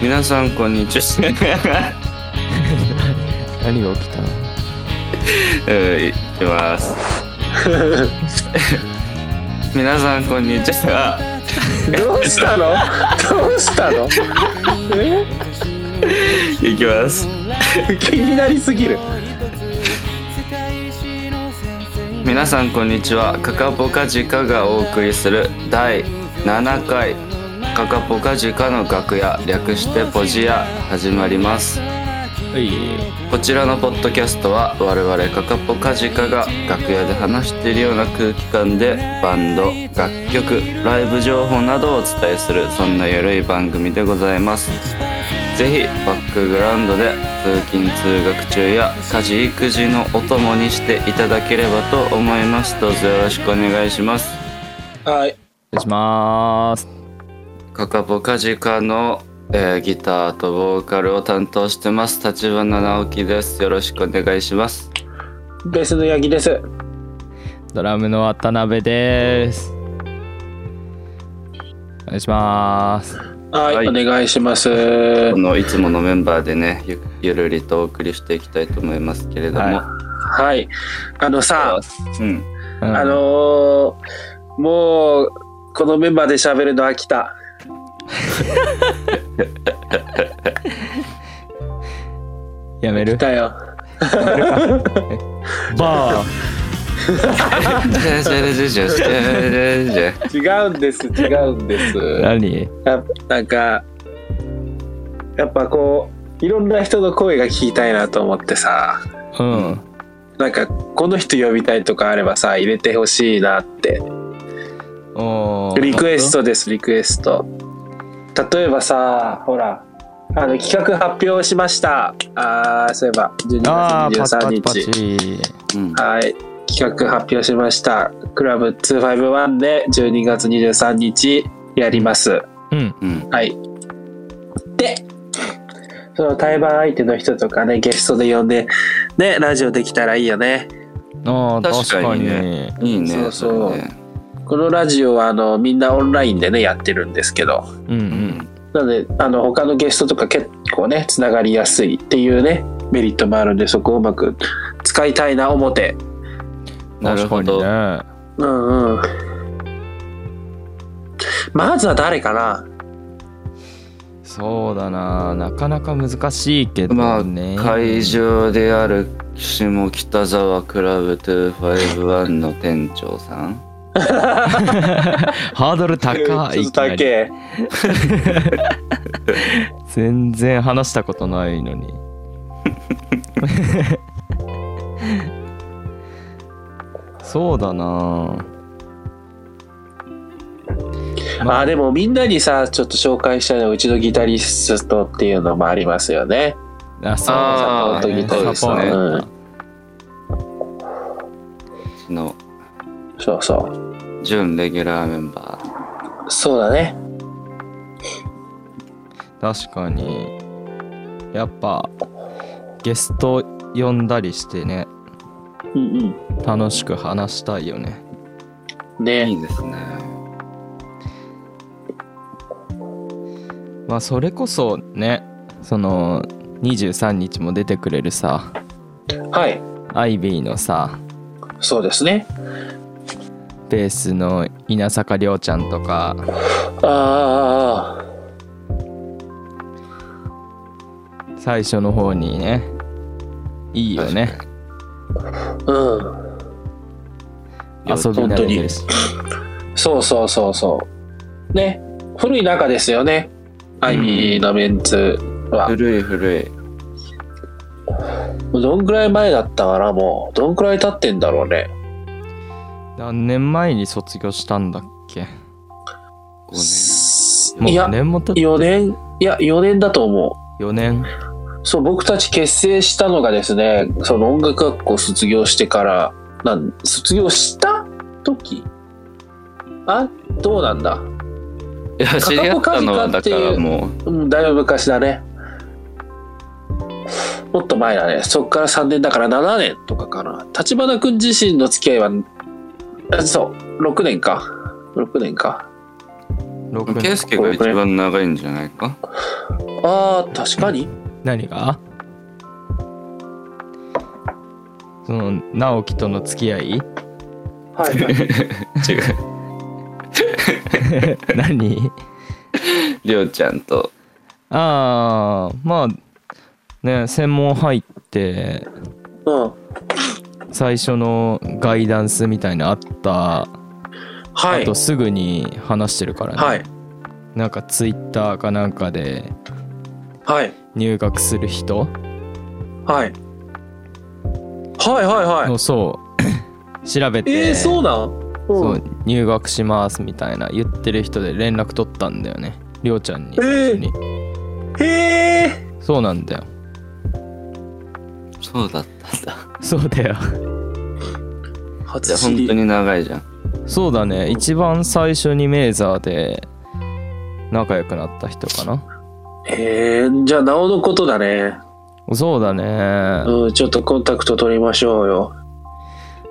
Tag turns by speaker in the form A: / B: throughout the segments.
A: 皆さんこんにちは。
B: 何が起きた
A: うん、いきます。 皆さんこんにちは。
C: どうしたのどうしたのえ
A: いきます。
C: 気になりすぎる
A: 皆さんこんにちは。カカポカジカがお送りする第7回カカポカジカの楽屋略してポジヤ始まります。
B: はい
A: こちらのポッドキャストは我々カカポカジカが楽屋で話しているような空気感でバンド楽曲ライブ情報などをお伝えするそんなゆるい番組でございますぜひバックグラウンドで通勤通学中や家事育児のお供にしていただければと思いますどうぞよろしくお願いします
C: はい
B: 失礼しまーす
A: カカポカジカの、えーギターとボーカルを担当してます立花直樹ですよろしくお願いします
C: ベースのヤギです
B: ドラムの渡辺ですお願いします
C: はい、
A: はい
C: お願いします
A: このいつものメンバーでねゆゆるりとお送りしていきたいと思いますけれども、
B: は
C: はいあのさ
A: うん、
B: うん
C: あのーもうこのメンバーで喋るの飽きた
B: やめる
C: 来たよ
B: バー
A: じゃあじゃあじゃあじゃあじゃあじゃあ
C: 違うんです違うんです
B: 何
C: やなんかやっぱこういろんな人の声が聞きたいなと思ってさ
B: うん
C: なんかこの人呼びたいとかあればさ入れてほしいなって
B: おー
C: リクエストですリクエスト例えばさほらあの企画発表しましたあーそういえば
B: ああ
C: 12
B: パチ
C: 月
B: パチ
C: 23
B: パチ
C: 日はい企画発表しましたクラブ251で12月23日やります
B: うん
A: うん
C: はい。で、その対バン相手の人とかね、ゲストで呼んで、ね、ラジオできたらいいよね。
B: あー確
A: 確
B: か
A: かに
B: に
A: ねいいね
C: そうそう
A: れね
C: このラジオは、あの、みんなオンラインでね、やってるんですけど、
B: う
A: うん
B: んう
A: ん
C: なので、あの、他のゲストとか結構ね、つながりやすいっていうね、メリットもあるんで、そこをうまく使いたいな、表。
A: なるほ
B: 確
A: ど
B: か
C: うんうん。まずは誰かな
B: にねそうだななかなか難しいけ
A: ま
B: ど
A: あ
B: ね
A: 会場である下北沢クラブ251の店長さん
B: ハードル高い
C: ちょっと高
B: いきなり
C: え
B: 全然話したことないの にそうだな
C: まあでもみんなにさ、ちょっと紹介したいのは、うちのギタリストっていうのもありますよね。
B: あそう
A: あー
C: サポートギタリス
B: サポ
C: トね。
B: ート
C: うん
A: の
C: そうそう。
A: 準レギュラーメンバー
C: そうだね。
B: 確かにやっぱゲスト呼んだりしてね
C: うん
B: 楽しく話したいよね
C: うん。
A: い
C: ね。
A: いですね
B: まあそれこそねその23日も出てくれるさ
C: はい。
B: アイビーのさ
C: そうですね。
B: ベースの稲坂亮ちゃんとか
C: あ
B: 最初の方にねいいよね
C: あ、うん。
A: 確か
B: 遊
A: に
B: び慣れてるし
C: そうそうそうそう。ね。古い中ですよね。アイビーのメンツは。
A: 古い古い
C: どんくらい前だったかな、もう。どんくらい経ってんだろうね。
B: 何年前に卒業したんだっけ
A: 五年
B: もう
C: いや
B: 4、年も経って
C: 4年、いや、4年だと思
B: 4年
C: う。そう、僕たち結成したのがですね、その音楽学校卒業してから、なん卒業した時あ、どうなんだ
A: いや知り合ったのはだからもう
C: うん、だいぶ昔だね。もっと前だね。そこから3年だから7年とかかな。立花君自身の付き合いは、あそう、6年か。6年か。
B: 6
A: ケイ
B: 年
A: スケが一番長いんじゃないか
C: ああ確かに
B: 何がその直樹との付き合 い
C: はいはい
A: 違う
B: 何
A: りょうちゃんと
B: ああまあね専門入って
C: うん
B: 最初のガイダンスみたいなのあった
C: は
B: あ
C: い
B: とすぐに話してるからね、
C: はい
B: なんかツイッターかなんかで
C: はい
B: 入学する人
C: はいはいはいはい
B: のそう調べて、
C: えー、そうなん
B: そ
C: うん
B: う入学しますみたいな言ってる人で連絡取ったんだよねりょうちゃんに
C: えー
B: 最初に、
C: へえ
B: そうなんだよ
A: そうだった んだ
B: そうだよ
A: じ
C: 初
A: ゃあ
C: 知
A: 本
C: り
A: 当に長いじゃん
B: そうだね一番最初にメーザーで仲良くなった人かな
C: へえじゃあなおのことだね
B: そうだね
C: うんちょっとコンタクト取りましょうよ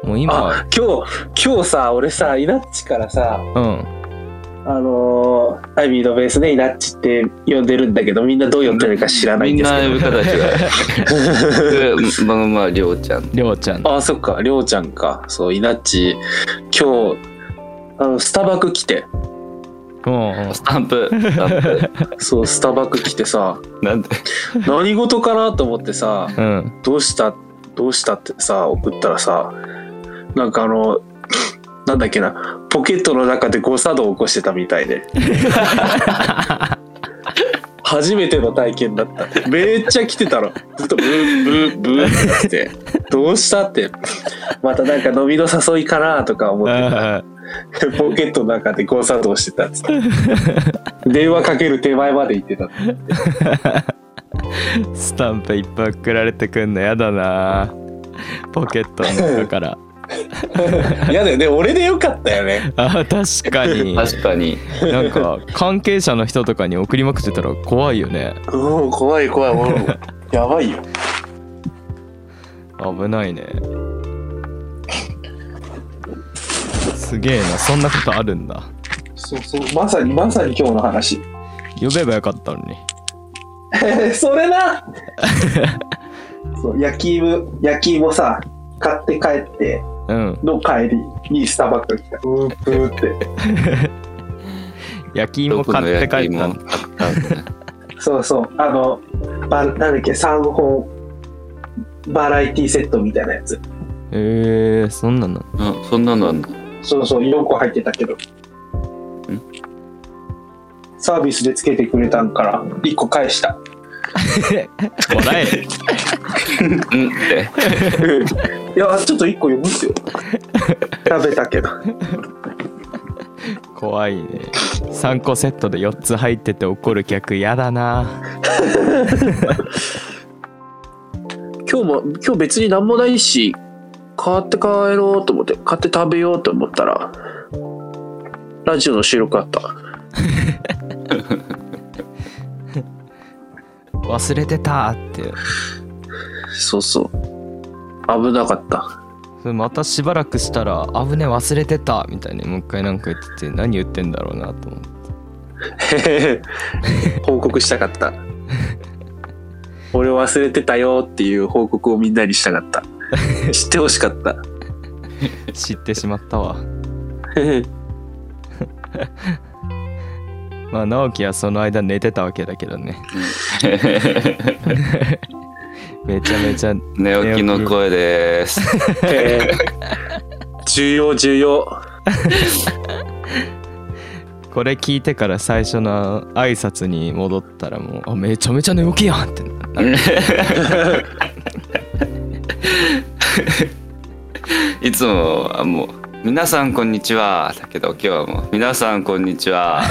B: もう今
C: あ今日今日さ俺さイナッチからさ
B: うん
C: あのー、アイビーのベースねイナッチって呼んでるんだけどみんなどう呼んでるか知らない
A: みん
C: んです
A: な
C: け
A: 呼び方 違うでまあまありょうちゃん
B: りょうちゃん
C: どあそっかりょうちゃんかそうイナッチ今日あのスタバク来て
B: うんうん
A: スタンプスタンプ
C: そうスタバク来てさ
A: なんで
C: 何事かなと思ってさ
B: うん
C: どうしたどうしたってさ送ったらさなんかあの なんだっけなポケットの中で誤作動を起こしてたみたいで初めての体験だっためっちゃ来てたのずっとブーブーブーって来てどうしたってまたなんか飲みの誘いかなとか思ってたポケットの中で誤作動してたっつって電話かける手前まで行ってた
B: スタンプいっぱい送られてくんのやだなポケットの中から
C: 嫌だよね俺でよかったよね
B: あ確か に
A: 確かに
B: なんか関係者の人とかに送りまくってたら怖いよね
C: うん怖い怖いもう やばいよ
B: 危ないねすげえなそんなことあるんだ
C: そうそう、まさにまさに今日の話。
B: 呼べばよかったのに
C: それな そう焼き芋、焼き芋さ、買って帰って
B: うん
C: の帰りにスタバック来た。うーぷーって。
B: 焼き芋買って帰った
A: どこの焼き芋買ったんだ
C: そうそう、あの、ばなんだっけ、3本バラエティセットみたいなやつ。
B: えー、そん なの
A: あそんなのあんの
C: そうそう、4個入ってたけど。サービスでつけてくれたんから1個返した。
B: もらえる
A: うんって
C: いや、ちょっと1個読むっ すよ。食べたけど。
B: 怖いね3個セットで4つ入ってて怒る客やだな
C: 今日も今日別に何もないし買って帰ろうと思って買って食べようと思ったらラジオの収録あった
B: 忘れてたって
C: そうそう危なか った
B: それまたしばらくしたら「危ね忘れてた」みたいにもう一回なんか言ってて何言ってんだろうなと思って
C: 報告したかった俺忘れてたよっていう報告をみんなにしたかった知ってほしかった
B: 知ってしまった わまあ直樹はその間寝てたわけだけど ねめちゃめちゃ
A: 寝起きの声でーす
C: 重要重要
B: これ聞いてから最初の挨拶に戻ったらもうあめちゃめちゃ寝起きやんってなる
A: いつもはもう「皆さんこんにちは」だけど今日はもう「皆さんこんにちは」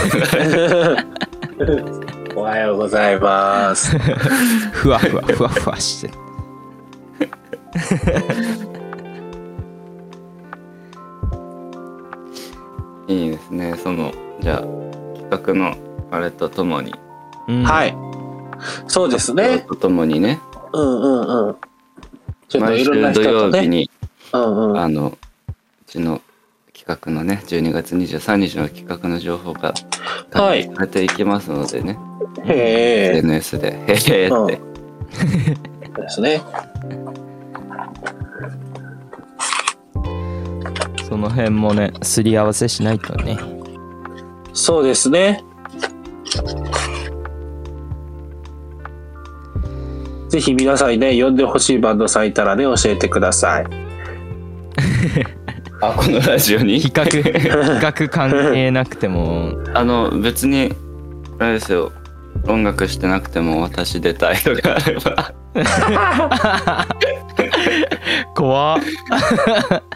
C: おはようございます
B: ふわふわふわふわして
A: いいですねそのじゃあ企画のあれとともに
B: うん
C: はい。そうですね。
A: とともにね
C: うんうんうん。ちょっと
A: 毎
C: いろんな
A: 週土
C: 人と
A: 曜日
C: ね。
A: に
C: うんうん。
A: あのうちの企画のね12月23日の企画の情報が
C: はい
A: 出ていきますのでね
C: へえ
A: SNS で「へえ」
C: うん
A: って
C: そうですね
B: その辺もねすり合わせしないとね
C: そうですねぜひ皆さんにね呼んでほしいバンドさんいたらね教えてください
A: あこのラジオに
B: 比較比較関係なくても
A: あの別にあれですよ音楽してなくても私出たいとかあれば
B: 怖っ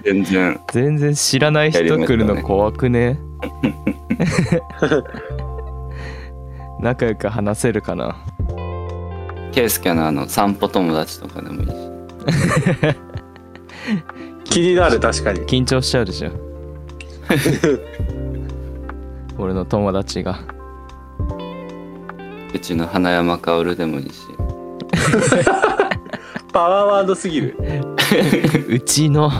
A: 全然
B: 全然知らない人来るの怖くね仲良く話せるかな
A: ケイスケのあの散歩友達とかでもいいし
C: 気になる確かに
B: 緊張しちゃうでしょ俺の友達が
A: うちの花山薫でもいいし
C: パワーワードすぎる
B: うちの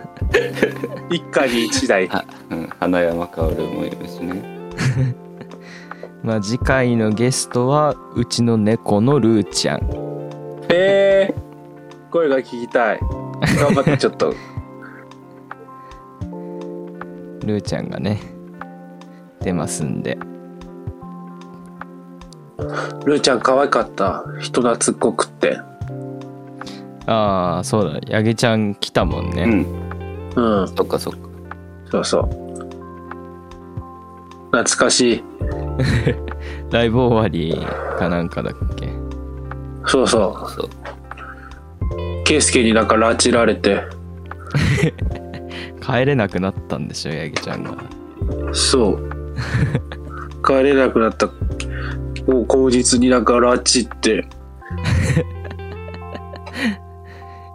C: 一家に一台
A: は、うん、花山薫もいるしね
B: まあ次回のゲストはうちの猫のルーちゃん
C: えー、声が聞きたい頑張ってちょ っと
B: ルーちゃんがね出ますんで
C: ルーちゃん可愛かった人懐っこくって
B: ああそうだ八木ちゃん来たもんね、
A: うん
C: うん
A: そっかそっか
C: そうそう懐かしい
B: ライブ終わりかなんかだっけ
C: そうそ
A: そう
C: うケイスケになんか拉致られて
B: 帰れなくなったんでしょ八木ちゃんが
C: そう帰れなくなったもう口実になんか拉致って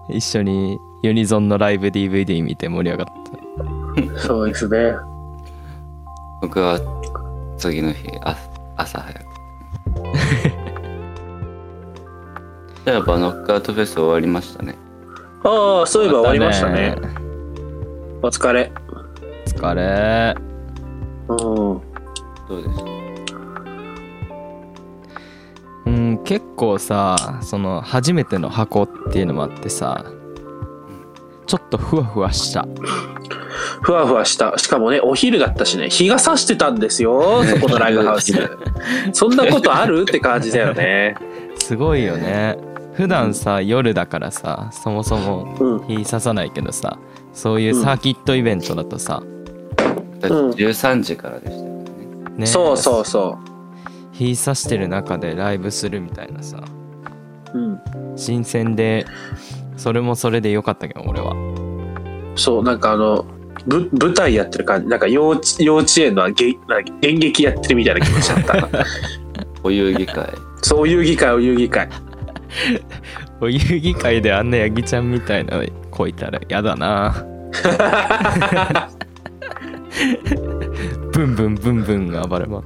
B: 一緒にユニゾンのライブ DVD 見て盛り上がっ
C: そうですね
A: 僕は次の日あ朝早く そういえばノックアウトフェス終わりましたね
C: ああそう
B: た
C: いえば終わりましたね
B: またね
C: お疲れ
B: 疲れ
C: うん
A: どうでした
B: うん結構さその初めての箱っていうのもあってさちょっとふわふわした
C: ふわふわしたしかもねお昼だったしね日が差してたんですよそこのライブハウスそんなことあるって感じだよね
B: すごいよね普段さ夜だからさそもそも
C: うん
B: 日差さないけどさそういうサーキットイベントだとさ、
A: だって
C: うん
A: 13時からでしたよね、
B: ね
C: そうそうそ
B: 日差してる中でライブするみたいなさ
C: ううん
B: 新鮮でそれもそれで良かったけど俺は
C: そうなんかあのぶ舞台やってる感じなんか幼稚幼稚園のげなんか演劇やってるみたいな気持ちだったな
A: お遊戯 会
C: そう遊戯会お遊戯会
B: お遊戯会であんなヤギちゃんみたいな子いたらやだなブンブンブンブン暴れま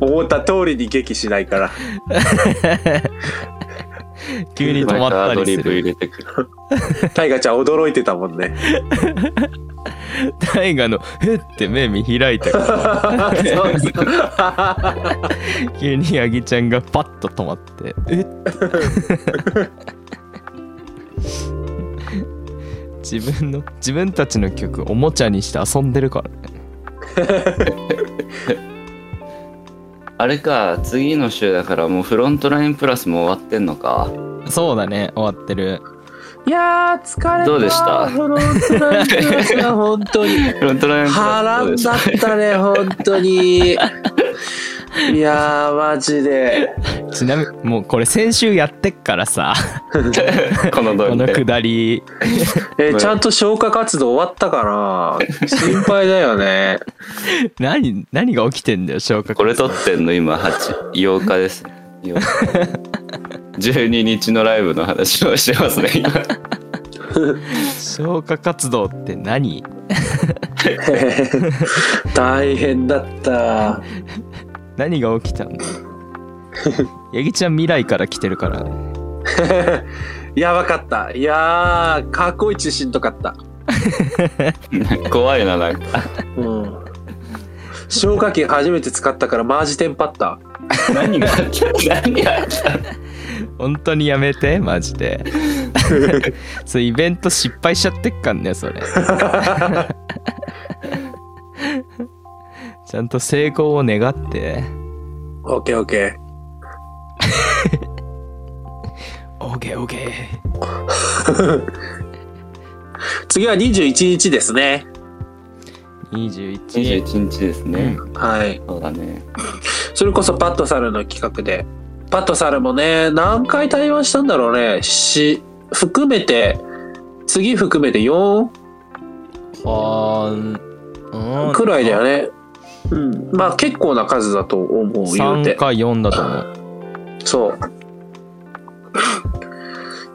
C: 思った通りに劇しないから
B: 急に止まっ
A: 毎回ア
B: たりす
A: ドリブ入
B: る
A: れてくる
C: 大ガちゃん驚いてたもんね
B: 大河の「えっ?」て目見開いたから
C: そうそう
B: 急にヤギちゃんがパッと止まって「えっ?」自分の自分たちの曲おもちゃにして遊んでるからね
A: あれか次の週だからもうフロントラインプラスも終わってんのか
B: そうだね終わってる
C: いやー疲れた
A: どうでした
C: フロントラインクラス が本当に
A: フロントラインプ
C: 波
A: ラスどう
C: 乱
A: でし
C: だ
A: た
C: ったね本当にいやーマジで
B: ちなみにもうこれ先週やってっからさ
A: この
B: こ
A: 動
B: の
A: 画
B: くだり
C: えーちゃんと消火活動終わったかな心配だよね
B: 何何が起きてんだよ消化
A: これ撮ってんの今8 8日ですね8日12 日のライブの話をしてますね今
B: 消化活動って何
C: 大変だった
B: 何が起き たんだヤギちゃん未来から来てるから
C: やばかったいやー過去一しんどかった
A: 怖いななんか
C: うん消火器初めて使ったからマージテンパった。
A: 何があった何があった
B: 本当にやめてマジで そうイベント失敗しちゃってっかんねそれ ちゃんと成功を願って
C: オッケーオッケー。
B: オーケーオーケ
C: 次は21日ですね。
B: ー21
A: 21日ですね、
C: はい。
A: そうだね
C: それこそパットサルの企画で。パットサルもね、何回対話したんだろうね。し、含めて、次含めて4
B: あーうん
C: くらいだよね。うん。まあ結構な数だと思う、言う
B: 3
C: て。
B: か4だと思う
C: そう。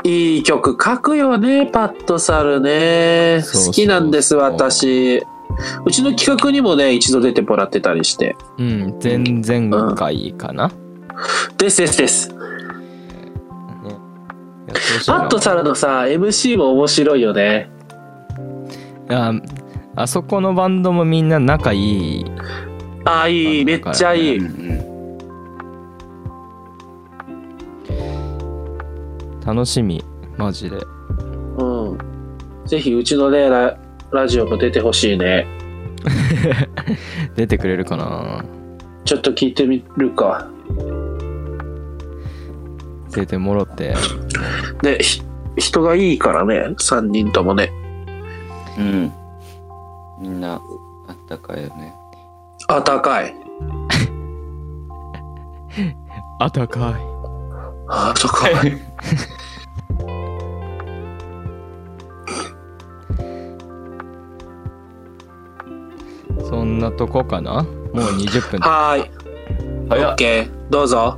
C: いい曲書くよね、パットサルね。
B: そうそうそう
C: 好きなんです、私。うちの企画にもね、一度出てもらってたりして。
B: うん前々回かな、
C: ですですです。
B: ねやってほしい
C: パ
B: な
C: ットサルのさ、MC も面白いよね。
B: ああそこのバンドもみんな仲いい
C: ああ、いい、めっちゃいい。
A: うん
B: 楽しみマジで
C: うん。ぜひ、うちのね、ララジオも出てほしいね。
B: 出てくれるかな
C: ちょっと聞いてみるか。
B: 出てもろって
C: で、ひ人がいいからね、3人ともね。
A: うん、うん、みんなあったかいよね
C: あったかい。
B: あたかい
C: あったかい。
B: そんなとこかなもう20分
C: はーい。
A: 早
C: オッ
A: っ
C: ケー。どうぞ。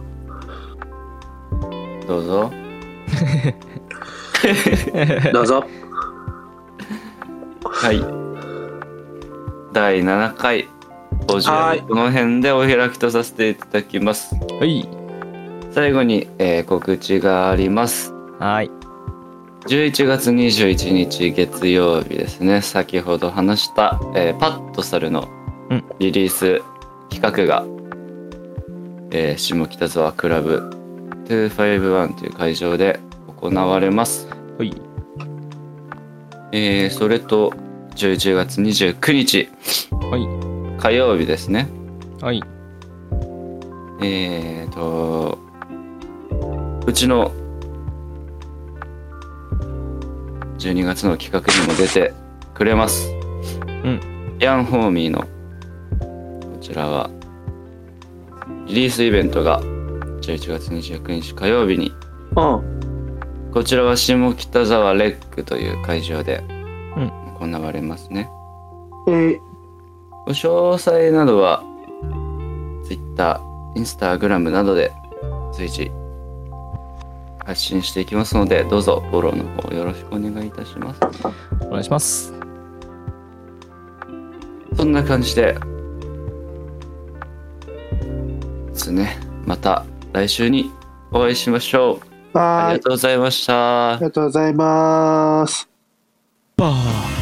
A: どうぞ
C: どうぞ。
A: はい第7回募集
C: はい
A: この辺でお開きとさせていただきます
B: はい
A: 最後に、えー告知があります
B: はい
A: 11月21日月曜日ですね先ほど話した、えーパッとサルの
B: うん
A: リリース企画が、えー下北沢クラブ251という会場で行われます、
B: はい
A: えーそれと11月29日
B: はい
A: 火曜日ですね
B: はい
A: えー、とうちの12月の企画にも出てくれます
B: ん
A: ヤンホーミーのこちらはリリースイベントが11月29日火曜日に
C: うん。
A: こちらは下北沢レックという会場で
B: うん
A: 行われますね、
C: えー
A: 詳細などは Twitter、Instagram などで随時発信していきますのでどうぞフォローの方よろしくお願いいたします
B: お願いします
A: そんな感じでですねまた来週にお会いしましょうあ
C: はー
A: り
C: い。
A: がとうございました
C: ありがとうございます。
B: バー